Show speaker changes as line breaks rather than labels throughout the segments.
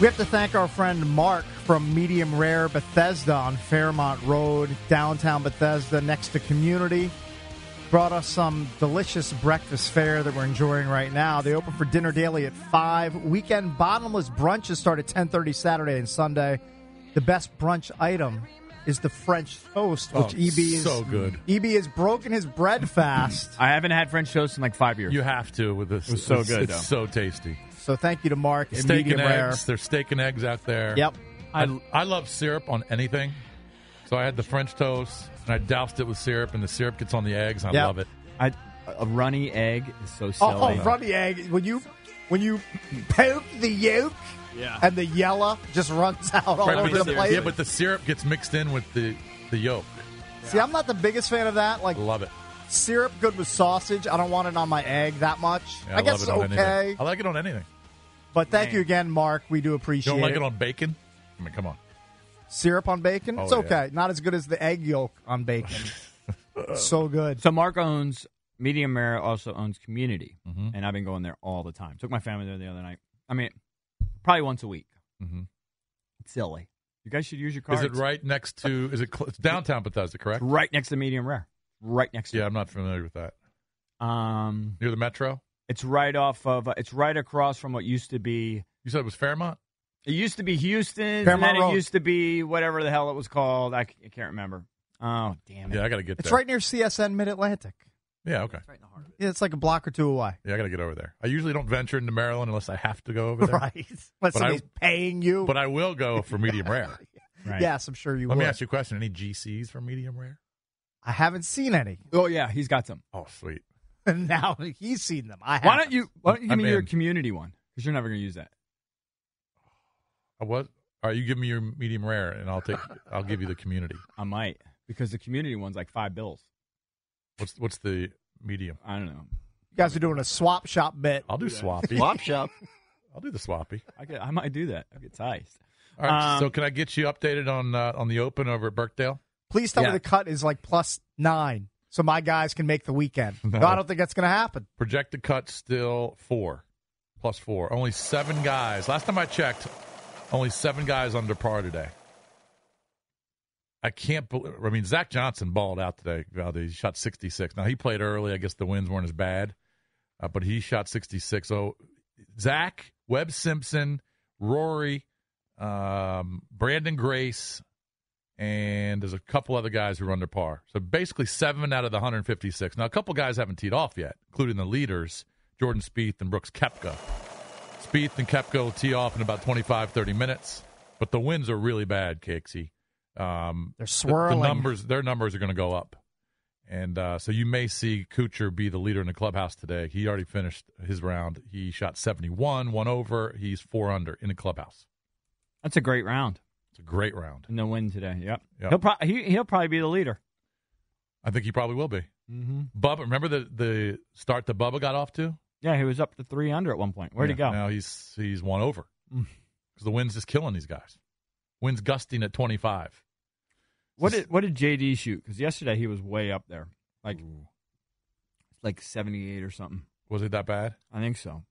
We have to thank our friend Mark from Medium Rare Bethesda on Fairmont Road, downtown Bethesda, next to Community. Brought us some delicious breakfast fare that we're enjoying right now. They open for dinner daily at five. Weekend bottomless brunches start at ten thirty Saturday and Sunday. The best brunch item is the French toast, which
Oh,
EB is
so good.
EB has broken his bread fast.
I haven't had French toast in like five years.
You have to with this. It
was so good,
It's so tasty.
so thank you to Mark and
steak
Medium
and
Rare.
eggs. There's steak and eggs out there.
Yep.
I, I love syrup on anything. So I had the French toast and I doused it with syrup, and the syrup gets on the eggs. and I
Yep.
love it.
I, a runny egg is so silly.
Oh, oh runny egg. When you when you poke the yolk, and the yellow just runs out all
Right,
over
but
the
the-
place.
yeah, but the syrup gets mixed in with the, the yolk.
See, I'm not the biggest fan of that. Like
Love it.
syrup, good with sausage. I don't want it on my egg that much.
Yeah,
I,
I,
guess it's
love it on
okay.
anything. I like it on anything.
But thank
Man.
you again, Mark. We do
You
appreciate
don't like
it.
it on bacon? I mean, come on.
syrup on bacon.
Oh,
it's
yeah.
okay. Not as good as the egg yolk on bacon. so good.
So Mark owns Medium Rare, also owns Community, and I've been going there all the time. Took my family there the other night. I mean, probably once a week.
Mhm.
It's silly. You guys should use your cards.
Is it right next to? Is it cl- it's downtown Bethesda? Correct.
Right next to Medium Rare. Right next to.
Yeah, I'm not familiar with that.
it. Um,
Near the metro.
it's right off of. Uh, it's right across from what used to be.
You said it was Fairmont.
It used to be Houston, and
Fairmont
then it
Road.
used to be whatever the hell it was called. I, c- I can't remember. Oh damn it!
Yeah, I got to get
It's
there.
right near CSN Mid Atlantic.
Yeah, okay.
Yeah, it's like a block or two away.
Yeah, I got to get over there. I usually don't venture into Maryland unless I have to go over there.
Right. Unless
But I-
somebody's paying you.
But I will go for medium rare.
Right.
yes, I'm sure you
Let
will.
me ask you a question. Any GCs for medium rare?
I haven't seen any.
Oh yeah, he's got some.
Oh, sweet.
And now he's seen them. I
Why don't
haven't.
you? Why don't you give
I'm
me your
in.
community one? Because you're never going to use that.
I was. All right, you give me your medium rare, and I'll take. I'll give you the community.
I might because the community one's like five bills.
What's what's the medium?
I don't know.
You guys are doing a swap shop bit.
I'll do swappy.
Swap shop.
I'll do the swappy.
I could, I might do that. I get sized.
All right.
Um,
so can I get you updated on uh, on the open over at Burkdale?
Please tell me
Yeah.
the cut is like plus nine, so my guys can make the weekend. No, I don't think that's going to happen.
Projected cut still four, plus four. Only seven guys. Last time I checked, only seven guys under par today. I can't believe. I mean, Zach Johnson balled out today. Valdez. He shot 66. Now he played early. I guess the winds weren't as bad, uh, but he shot 66. So Zach, Webb Simpson, Rory, um, Brandon Grace, and there's a couple other guys who are under par. So basically, seven out of the 156. Now, a couple guys haven't teed off yet, including the leaders, Jordan Spieth and Brooks Kepka. Spieth and Kepka will tee off in about 25, 30 minutes, but the winds are really bad, Casey. Um,
They're
the- the,
swirling.
numbers, their numbers are going to go up, and uh, so you may see Kuchar be the leader in the clubhouse today. He already finished his round. He shot 71, one over. He's four under in the clubhouse.
That's a great round
It's a great round.
and the win today. Yep.
Yep.
He'll pro- he, he'll probably be the leader.
I think he probably will be.
Mm-hmm.
Bubba, remember the the start that Bubba got off to?
Yeah, he was up to three under at one point. Where'd he
Yeah,
go? Mm.
Now he's he's one over because the wind's just killing these guys. Wind's gusting at twenty five.
What did what did JD shoot? Because yesterday he was way up there, like like seventy eight or something.
Was it that bad?
I think so.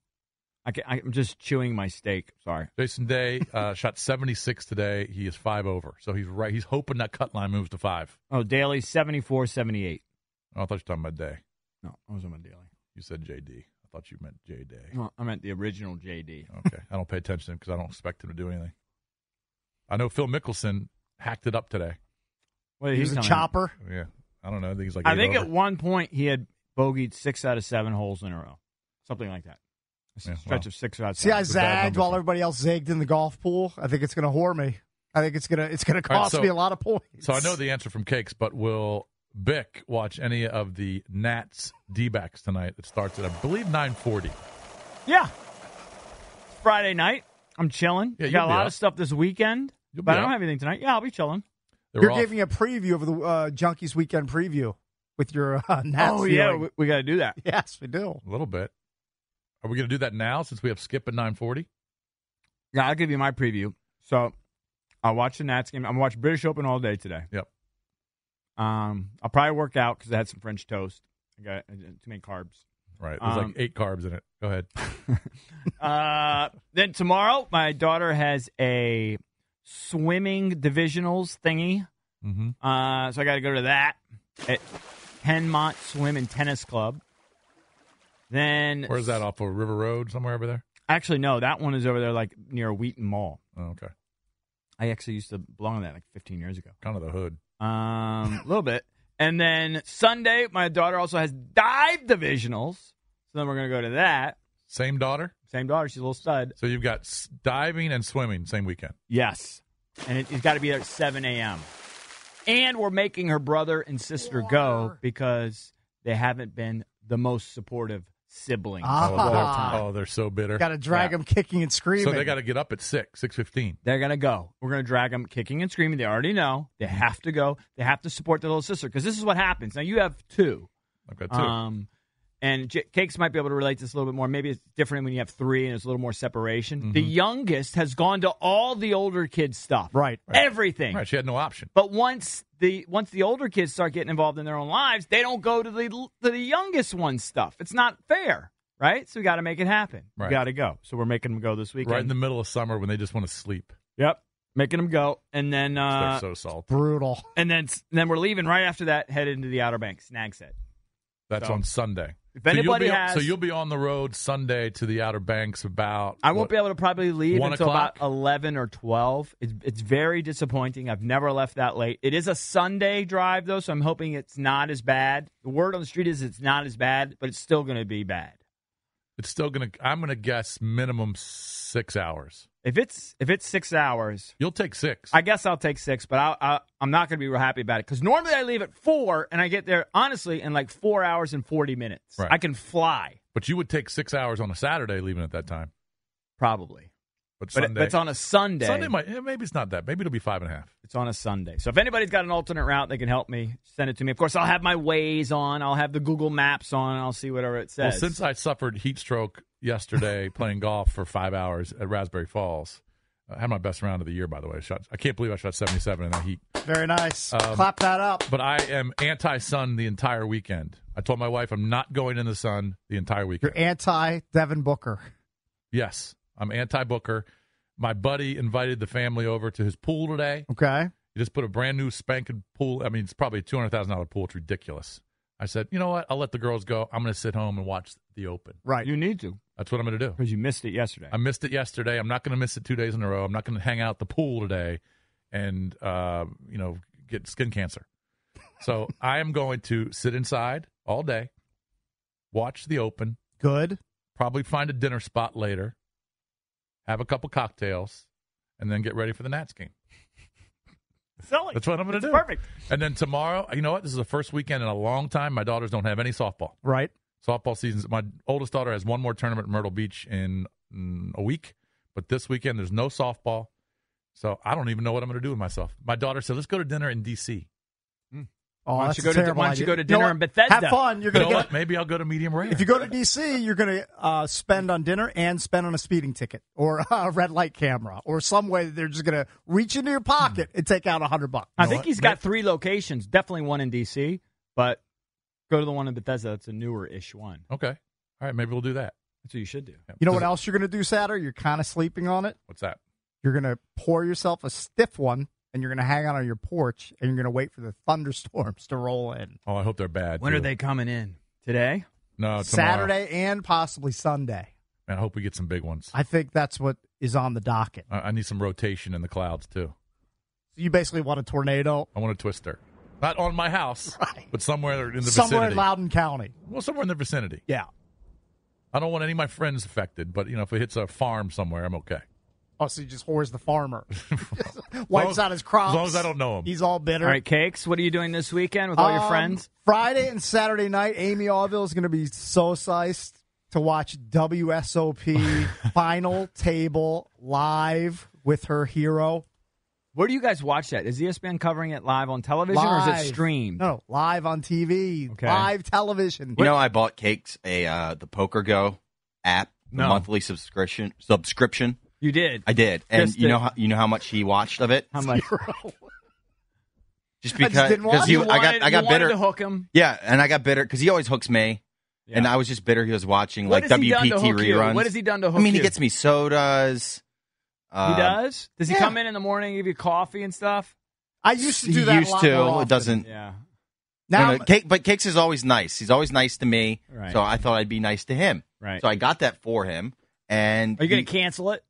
I can, I'm just chewing my steak. Sorry.
Jason Day uh, shot seventy six today. He is five over, so he's right. He's hoping that cut line moves to five.
Oh, Daly 74, 78.
Oh, I thought you were talking about Day.
No, I was on my daily.
You said JD. I thought you meant J Day.
No, I meant the original JD.
Okay. I don't pay attention because I don't expect him to do anything. I know Phil Mickelson hacked it up today.
Well,
He's, a
telling-
chopper.
Yeah. I don't know. I think he's like.
I
eight
think
over.
at one point he had bogeyed six out of seven holes in a row, something like that. A
Yeah,
stretch
well.
of six out. Of
See,
seven.
I
It's a bad
zagged
number.
while everybody else zagged in the golf pool. I think it's going to whore me. I think it's gonna it's gonna
All right,
cost
so-
me a lot of points.
So I know the answer from Cakes, but will Bick watch any of the Nats D backs tonight? It starts at I believe nine forty.
Yeah. It's Friday night. I'm chilling.
Yeah,
Got
you'll
a
be
lot
up.
of stuff this weekend,
You'll
but
be
I don't
up.
have anything tonight. Yeah, I'll be chilling.
you're giving a preview of the uh, Junkies Weekend preview with your uh, Nats.
oh yeah,
feeling.
we, we got to do that.
yes, we do.
a little bit. Are we going to do that now since we have Skip at nine forty?
Yeah, I'll give you my preview. So I watch the Nats game. I'm watching British Open all day today.
Yep.
Um, I'll probably work out because I had some French toast. I got uh, too many carbs.
Right. There's
Um,
like eight carbs in it. Go ahead.
Uh, then tomorrow, my daughter has a swimming divisionals thingy.
Mm-hmm.
Uh, so I got to go to that at Penmont Swim and Tennis Club. Then
Where's that off of River Road? Somewhere over there.
Actually, no, that one is over there, like near Wheaton Mall.
Oh, okay.
I actually used to belong to that like 15 years ago.
Kind of the hood.
Um, a little bit. And then Sunday, my daughter also has dive divisionals. So then we're gonna go to that.
Same daughter.
Same daughter, she's a little stud.
So you've got s- diving and swimming same weekend.
Yes. And it, it's got to be there at 7 a.m. And we're making her brother and sister go because they haven't been the most supportive siblings
Ah.
of
Oh,
all
they're,
time.
oh, they're so bitter.
Got to drag
Yeah.
them kicking and screaming.
So they got to get up at six, six fifteen.
They're going to go. We're going to drag them kicking and screaming. They already know. They have to go. They have to support their little sister because this is what happens. Now, you have two.
I've got two.
Um, and J- Cakes might be able to relate to this a little bit more. Maybe it's different when you have three and it's a little more separation. The youngest has gone to all the older kids' stuff.
right.
Everything.
right. She had no option.
But once the once the older kids start getting involved in their own lives, they don't go to the to the youngest one's stuff. It's not fair, right? So we got to make it happen.
Right.
We got to go. So we're making them go this weekend.
Right in the middle of summer when they just want to sleep.
yep, making them go, and then uh,
they're so salty.
Brutal.
and then and then we're leaving right after that, headed into the Outer Banks snag set.
That's
So-
on Sunday.
If
So you'll
anybody
be-
has,
so you'll be on the road Sunday to the Outer Banks about.
I won't be able to probably leave
One
until
o'clock?
about eleven or twelve. It's, it's very disappointing. I've never left that late. It is a Sunday drive though, so I'm hoping it's not as bad. The word on the street is it's not as bad, but it's still going to be bad.
It's still gonna. I'm gonna guess minimum six hours.
If it's if it's six hours,
You'll take six.
I guess I'll take six, but I'll, i I'm not going to be real happy about it because normally I leave at four and I get there honestly in like four hours and forty minutes.
Right.
I can fly
but you would take six hours on a Saturday leaving at that time.
probably,
But,
but, it-
Sunday.
but it's on a Sunday.
Sunday might. eh, Maybe it's not that. Maybe it'll be five and a half.
It's on a Sunday. So if anybody's got an alternate route, they can help me. Send it to me. Of course, I'll have my Waze on. I'll have the Google Maps on. I'll see whatever it
Well,
says.
since I suffered heat stroke yesterday playing golf for five hours at Raspberry Falls, I had my best round of the year. By the way, I shot. I can't believe I shot 77 in that heat.
Very nice.
Um,
Clap that up.
But I am anti-sun the entire weekend. I told my wife I'm not going in the sun the entire weekend.
You're anti Devin Booker.
Yes, I'm anti Booker. My buddy invited the family over to his pool today.
Okay.
He just put a brand new spanking pool. I mean, it's probably a two hundred thousand dollar pool. It's ridiculous. I said, you know what? I'll let the girls go. I'm going to sit home and watch the Open.
Right.
you need to
That's what I'm going to do.
because you missed it yesterday.
I missed it yesterday. I'm not going to miss it two days in a row. I'm not going to hang out at the pool today, and uh, you know, get skin cancer. So I am going to sit inside all day, watch the Open,
Good.
probably find a dinner spot later, have a couple cocktails, and then get ready for the Nats game.
Selling.
That's what I'm going to
It's
do.
perfect.
And then tomorrow, you know what? This is the first weekend in a long time my daughters don't have any softball.
Right.
Softball seasons. My oldest daughter has one more tournament in Myrtle Beach in mm, a week, but this weekend there's no softball. So I don't even know what I'm going to do with myself. My daughter said, "Let's go to dinner in D.C."
Oh,
Why don't
that's
you go
a
to-
terrible
why don't
idea.
you go to
know
dinner
what?
in Bethesda?
Have fun. You're
You
gonna
know
get.
what? Maybe I'll go to medium rare.
If you go to DC, you're going to uh, spend on dinner and spend on a speeding ticket or a red light camera or some way that they're just going to reach into your pocket and take out a hundred bucks.
I
know
think
what?
he's got three locations. Definitely one in D.C., but go to the one in Bethesda. That's a newer-ish one.
okay, all right, maybe we'll do that.
That's what you should do.
Yeah.
You know
Does
what
it-
else you're going to do Saturday? You're kind of sleeping on it.
What's that?
You're going to pour yourself a stiff one and you're going to hang out on your porch and you're going to wait for the thunderstorms to roll in.
Oh, I hope they're bad.
When
too.
are they coming in? Today? Oh,
No, tomorrow.
Saturday and possibly Sunday.
Man, I hope we get some big ones.
I think that's what is on the docket.
I, I need some rotation in the clouds too.
You basically want a tornado
I want a twister, not on my house, but somewhere in the
somewhere
vicinity.
in Loudoun County.
well, somewhere in the vicinity.
Yeah.
I don't want any of my friends affected, but you know, if it hits a farm somewhere, I'm okay.
Oh, so he just whores the farmer. Wipes
long-
out his crops.
as long as I don't know him.
He's all bitter.
All right, Cakes, what are you doing this weekend with all your
Um,
friends?
Friday and Saturday night, Amy Orville is going to be so psyched to watch WSOP Final Table live with her hero.
Where do you guys watch that? Is E ESPN covering it live on television or
Live.
is it streamed?
No, live on TV,
Okay.
live television.
You know, I bought Cakes a uh, the Poker Go app, the
No.
monthly subscription. Subscription,
You did.
I did, and
Just
you
the-
know, how, you know how much he watched of it,
How much?
just
just
because
didn't watch
he,
it.
I got I
you
got
wanted
bitter.
to hook him.
Yeah, and I got bitter because he always hooks me, and
Yeah.
I was just bitter he was watching
What
like
has
WPT
he done to hook you?
reruns.
What has he done to hook
I mean,
you?
he gets me sodas.
He
um,
does? Does he
yeah.
come in in the morning and give you coffee and stuff?
I used to
he
do that. a
used
lot
to.
more often.
It doesn't.
Yeah.
No,
Now,
no, Cake, but Cakes is always nice. He's always nice to me.
Right.
So I thought I'd be nice to him.
Right.
So I got that for him. And
Are you
he-
going to cancel it?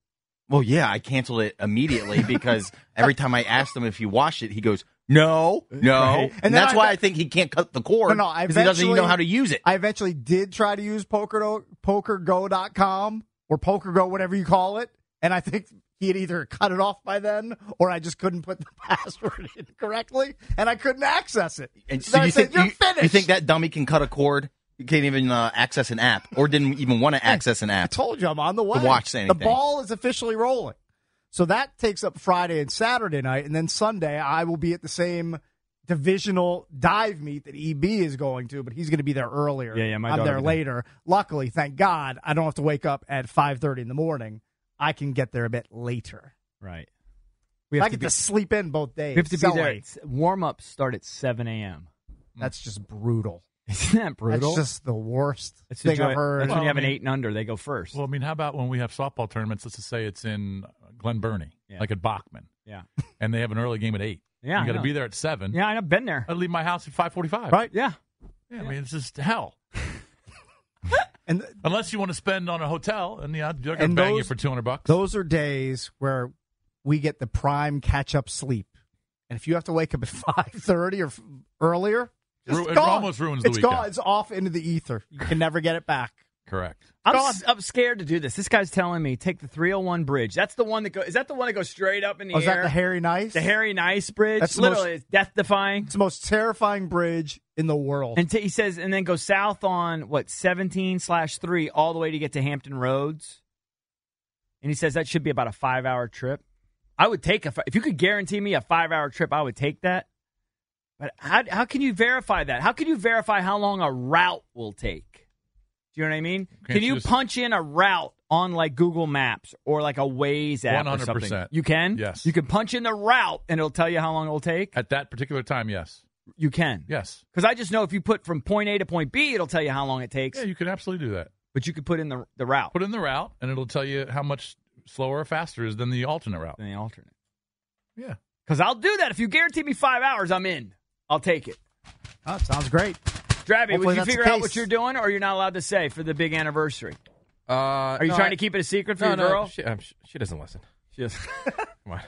well, yeah, I canceled it immediately because every time I asked him if he watched it, he goes, "No, no,"
Right.
and,
Uh, And then
that's
I
why
bet-
I think he can't cut the cord
No, no, I
because he doesn't even
eventually-
know how to use it.
I eventually did try to use poker pokergo.com or pokergo, whatever you call it. And I think he had either cut it off by then or I just couldn't put the password in correctly and I couldn't access it. Then
and so
I
you
said,
think
You're
you,
finished.
you think that dummy can cut a cord? You can't even uh, access an app, or didn't even want to access an
I
app.
told you I'm on the way.
watch
The
anything.
ball is officially rolling. So that takes up Friday and Saturday night. And then Sunday, I will be at the same divisional dive meet that EB is going to, but he's going to be there earlier.
Yeah, yeah, my
I'm
daughter
there
will be
later. Luckily, thank God, I don't have to wake up at 5.30 in the morning. I can get there a bit later.
Right. We
I
have,
get
to
to,
be,
sleep in both days.
we have to be
Sell
there.
it.
Warm ups start at 7 a.m.
That's just brutal.
Isn't that brutal?
That's just the worst
That's the
thing
joy-
I've heard.
That's when
Well,
you have an
I mean-
eight and under, they go first.
Well, I mean, how about when we have softball tournaments? Let's just say it's in Glen Burnie,
Yeah.
like at Bachman,
yeah.
and they have an early game at eight.
Yeah, I
you got to
know.
be there at seven.
Yeah, I've been there.
I leave my house at five forty-five.
Right.
Yeah.
Yeah, I mean, it's just hell.
and
Unless you want to spend on a hotel, and yeah, they're going
And
to bang you
those-
for two hundred bucks.
Those are days where we get the prime catch up sleep. And if you have to wake up at five thirty or f- earlier, just
Ru- it
gone.
almost ruins the
It's
weekend.
gone. It's off into the ether. You can never get it back.
Correct.
I'm,
Gone.
s- I'm scared to do this. This guy's telling me take the 301 bridge. That's the one that goes. Is that the one that goes straight up in the
Oh,
air?
is that the Harry Nice?
The Harry Nice Bridge.
That's the
Literally, it's death defying.
It's the most terrifying bridge in the world.
And t- he says, and then go south on what 17 slash three all the way to get to Hampton Roads. And he says that should be about a five hour trip. I would take a fi- if you could guarantee me a five hour trip, I would take that. But how how can you verify that? How can you verify how long a route will take? Do you know what I mean?
Can't
can you
you just-
punch in a route on like Google Maps or like a Waze app or something?
100%.
You can.
Yes.
You can punch in the route and it'll tell you how long it'll take.
At that particular time, yes,
You can.
yes,
Because I just know if you put from point A to point B, it'll tell you how long it takes.
yeah, you can absolutely do that.
but you could put in the the route
Put in the route, and it'll tell you how much slower or faster is than the alternate route.
and the alternate.
Yeah.
Because I'll do that if you guarantee me five hours, I'm in. I'll take it.
Oh, it sounds great.
Drabby,
Hopefully
would you
that's the
figure out what
case.
you're doing, or you're not allowed to say for the big anniversary?
Uh,
Are you trying to keep it a secret for
no,
your
no,
girl?
She, um, sh- she doesn't listen.
Just-
Come on.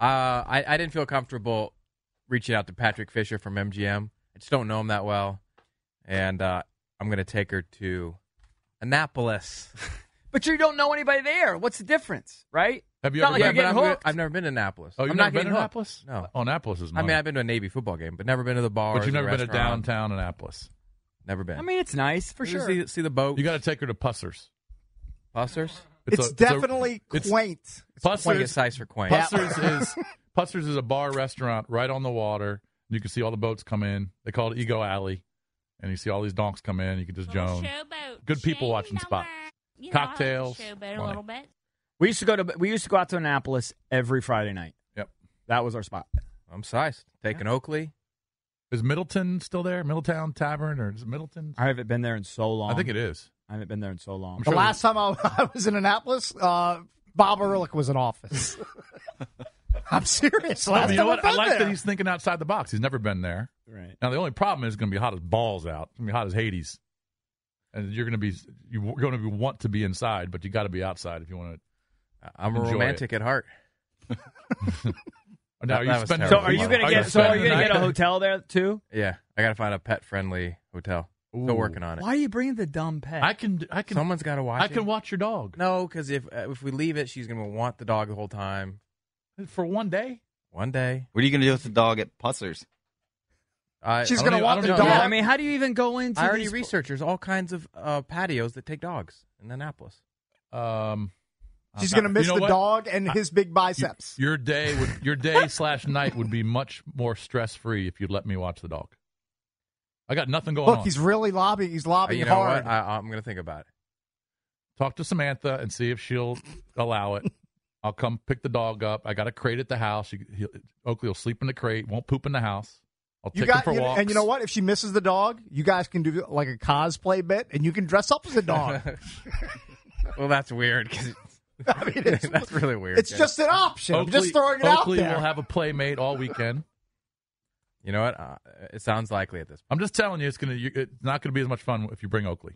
Uh, I, I didn't feel comfortable reaching out to Patrick Fisher from MGM. I just don't know him that well, and uh, I'm gonna take her to Annapolis.
but you don't know anybody there. What's the difference, right?
Have you
Not
ever
like
been
you're
Yeah,
to
but
getting
I'm,
hooked.
I've never been to Annapolis.
Oh, you've
I'm
never
not
been
getting
to
hooked.
Annapolis?
No.
Oh, Annapolis is.
I
Money.
mean, I've been to a Navy football game, but never been to the bar.
but you've never been to
restaurant.
downtown Annapolis.
Never been.
I mean, it's nice for sure.
Just See, see the boat.
You got to take her to Pussers.
Bussers.
It's,
a- a-
definitely
it's-
quaint. It's
Plus
Quaint
there's-
quaint.
is size for quaint.
Yeah.
Pussers is Pussers is a bar restaurant right on the water. You can see all the boats come in. They call it Ego Alley, and you see all these donks come in. You can just joan. Good people watching spot.
spot.
Cocktails,
Showboat a
money.
little bit.
we used to go to we used to go out to Annapolis every Friday night.
Yep.
That was our spot.
I'm sized. Taking Oakley.
Is Middleton still there? Middletown Tavern or is it Middleton?
I haven't been there in so long.
I think it is.
I haven't been there in so long.
I'm
The
sure-
last time I, I was in Annapolis, uh, Bob Ehrlich was in office. I'm serious. Last time
you know what?
I've
I
been
like
there.
that he's thinking outside the box. He's never been there.
Right.
Now the only problem is it's going to be hot as balls out. It's going to be hot as Hades. and you're going to be you're going to be, want to be inside, but you got to be outside if you want to.
I'm a
Enjoy
romantic at heart.
Now,
That-
are
that
you
was
spending,
So
terrible.
are you gonna
Are you
get? So are you
spending
gonna
the
get a hotel there too?
Yeah, I gotta find a pet friendly hotel. Still working on it.
Why are you bringing the dumb pet?
I can I can
Someone's gotta watch.
I can
it.
watch your dog
No, because if uh, if we leave it, she's gonna want the dog the whole time.
for one day.
One day,
What are you going to do with the dog at Pussers?
I,
She's
I
don't
gonna
even-
want
I
the
don't
dog.
even-
yeah, I mean, how do you even go into?
I already
these-
researched. There's all kinds of uh, patios that take dogs in Annapolis.
Um,
She's
I'm
going to
not-
miss
you know
the
what?
dog and his big
You-
biceps.
your day would your day slash night would be much more stress free if you'd let me watch the dog. I got nothing going
Look,
on.
he's really lobbying. He's lobbying
Uh, you know
hard.
what? I, I'm gonna think about it.
Talk to Samantha and see if she'll allow it. I'll come pick the dog up. I got a crate at the house. He, he, Oakley will sleep in the crate. Won't poop in the house. I'll
you
take
got,
him for
you-
walks.
and you know what? If she misses the dog, you guys can do like a cosplay bit, and you can dress up as a dog.
Well, that's weird because
I mean, it's,
that's really weird.
it's
yeah.
just an option. I'm
Oakley,
just throwing it
Oakley
out there.
will have a playmate all weekend.
you know what? Uh, it sounds likely at this.
I'm just telling you, it's gonna. You, it's not gonna be as much fun if you bring Oakley.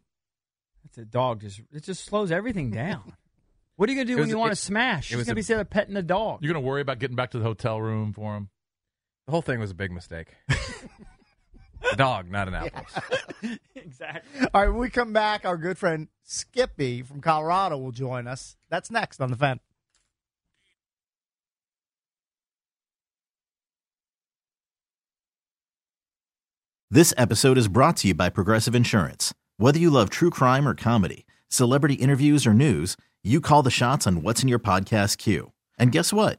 It's a dog. Just it just slows everything down. What are you gonna do when
was-
you want to
it-
smash?
it
She's
was
gonna
a-
be sitting there petting the dog.
You're gonna worry about getting back to the hotel room for him.
The whole thing was a big mistake. a dog, not an Annapolis.
exactly.
All right, when we come back, our good friend Skippy from Colorado will join us. That's next on the fan.
This episode is brought to you by Progressive Insurance. Whether you love true crime or comedy, celebrity interviews or news, you call the shots on what's in your podcast queue. And guess what?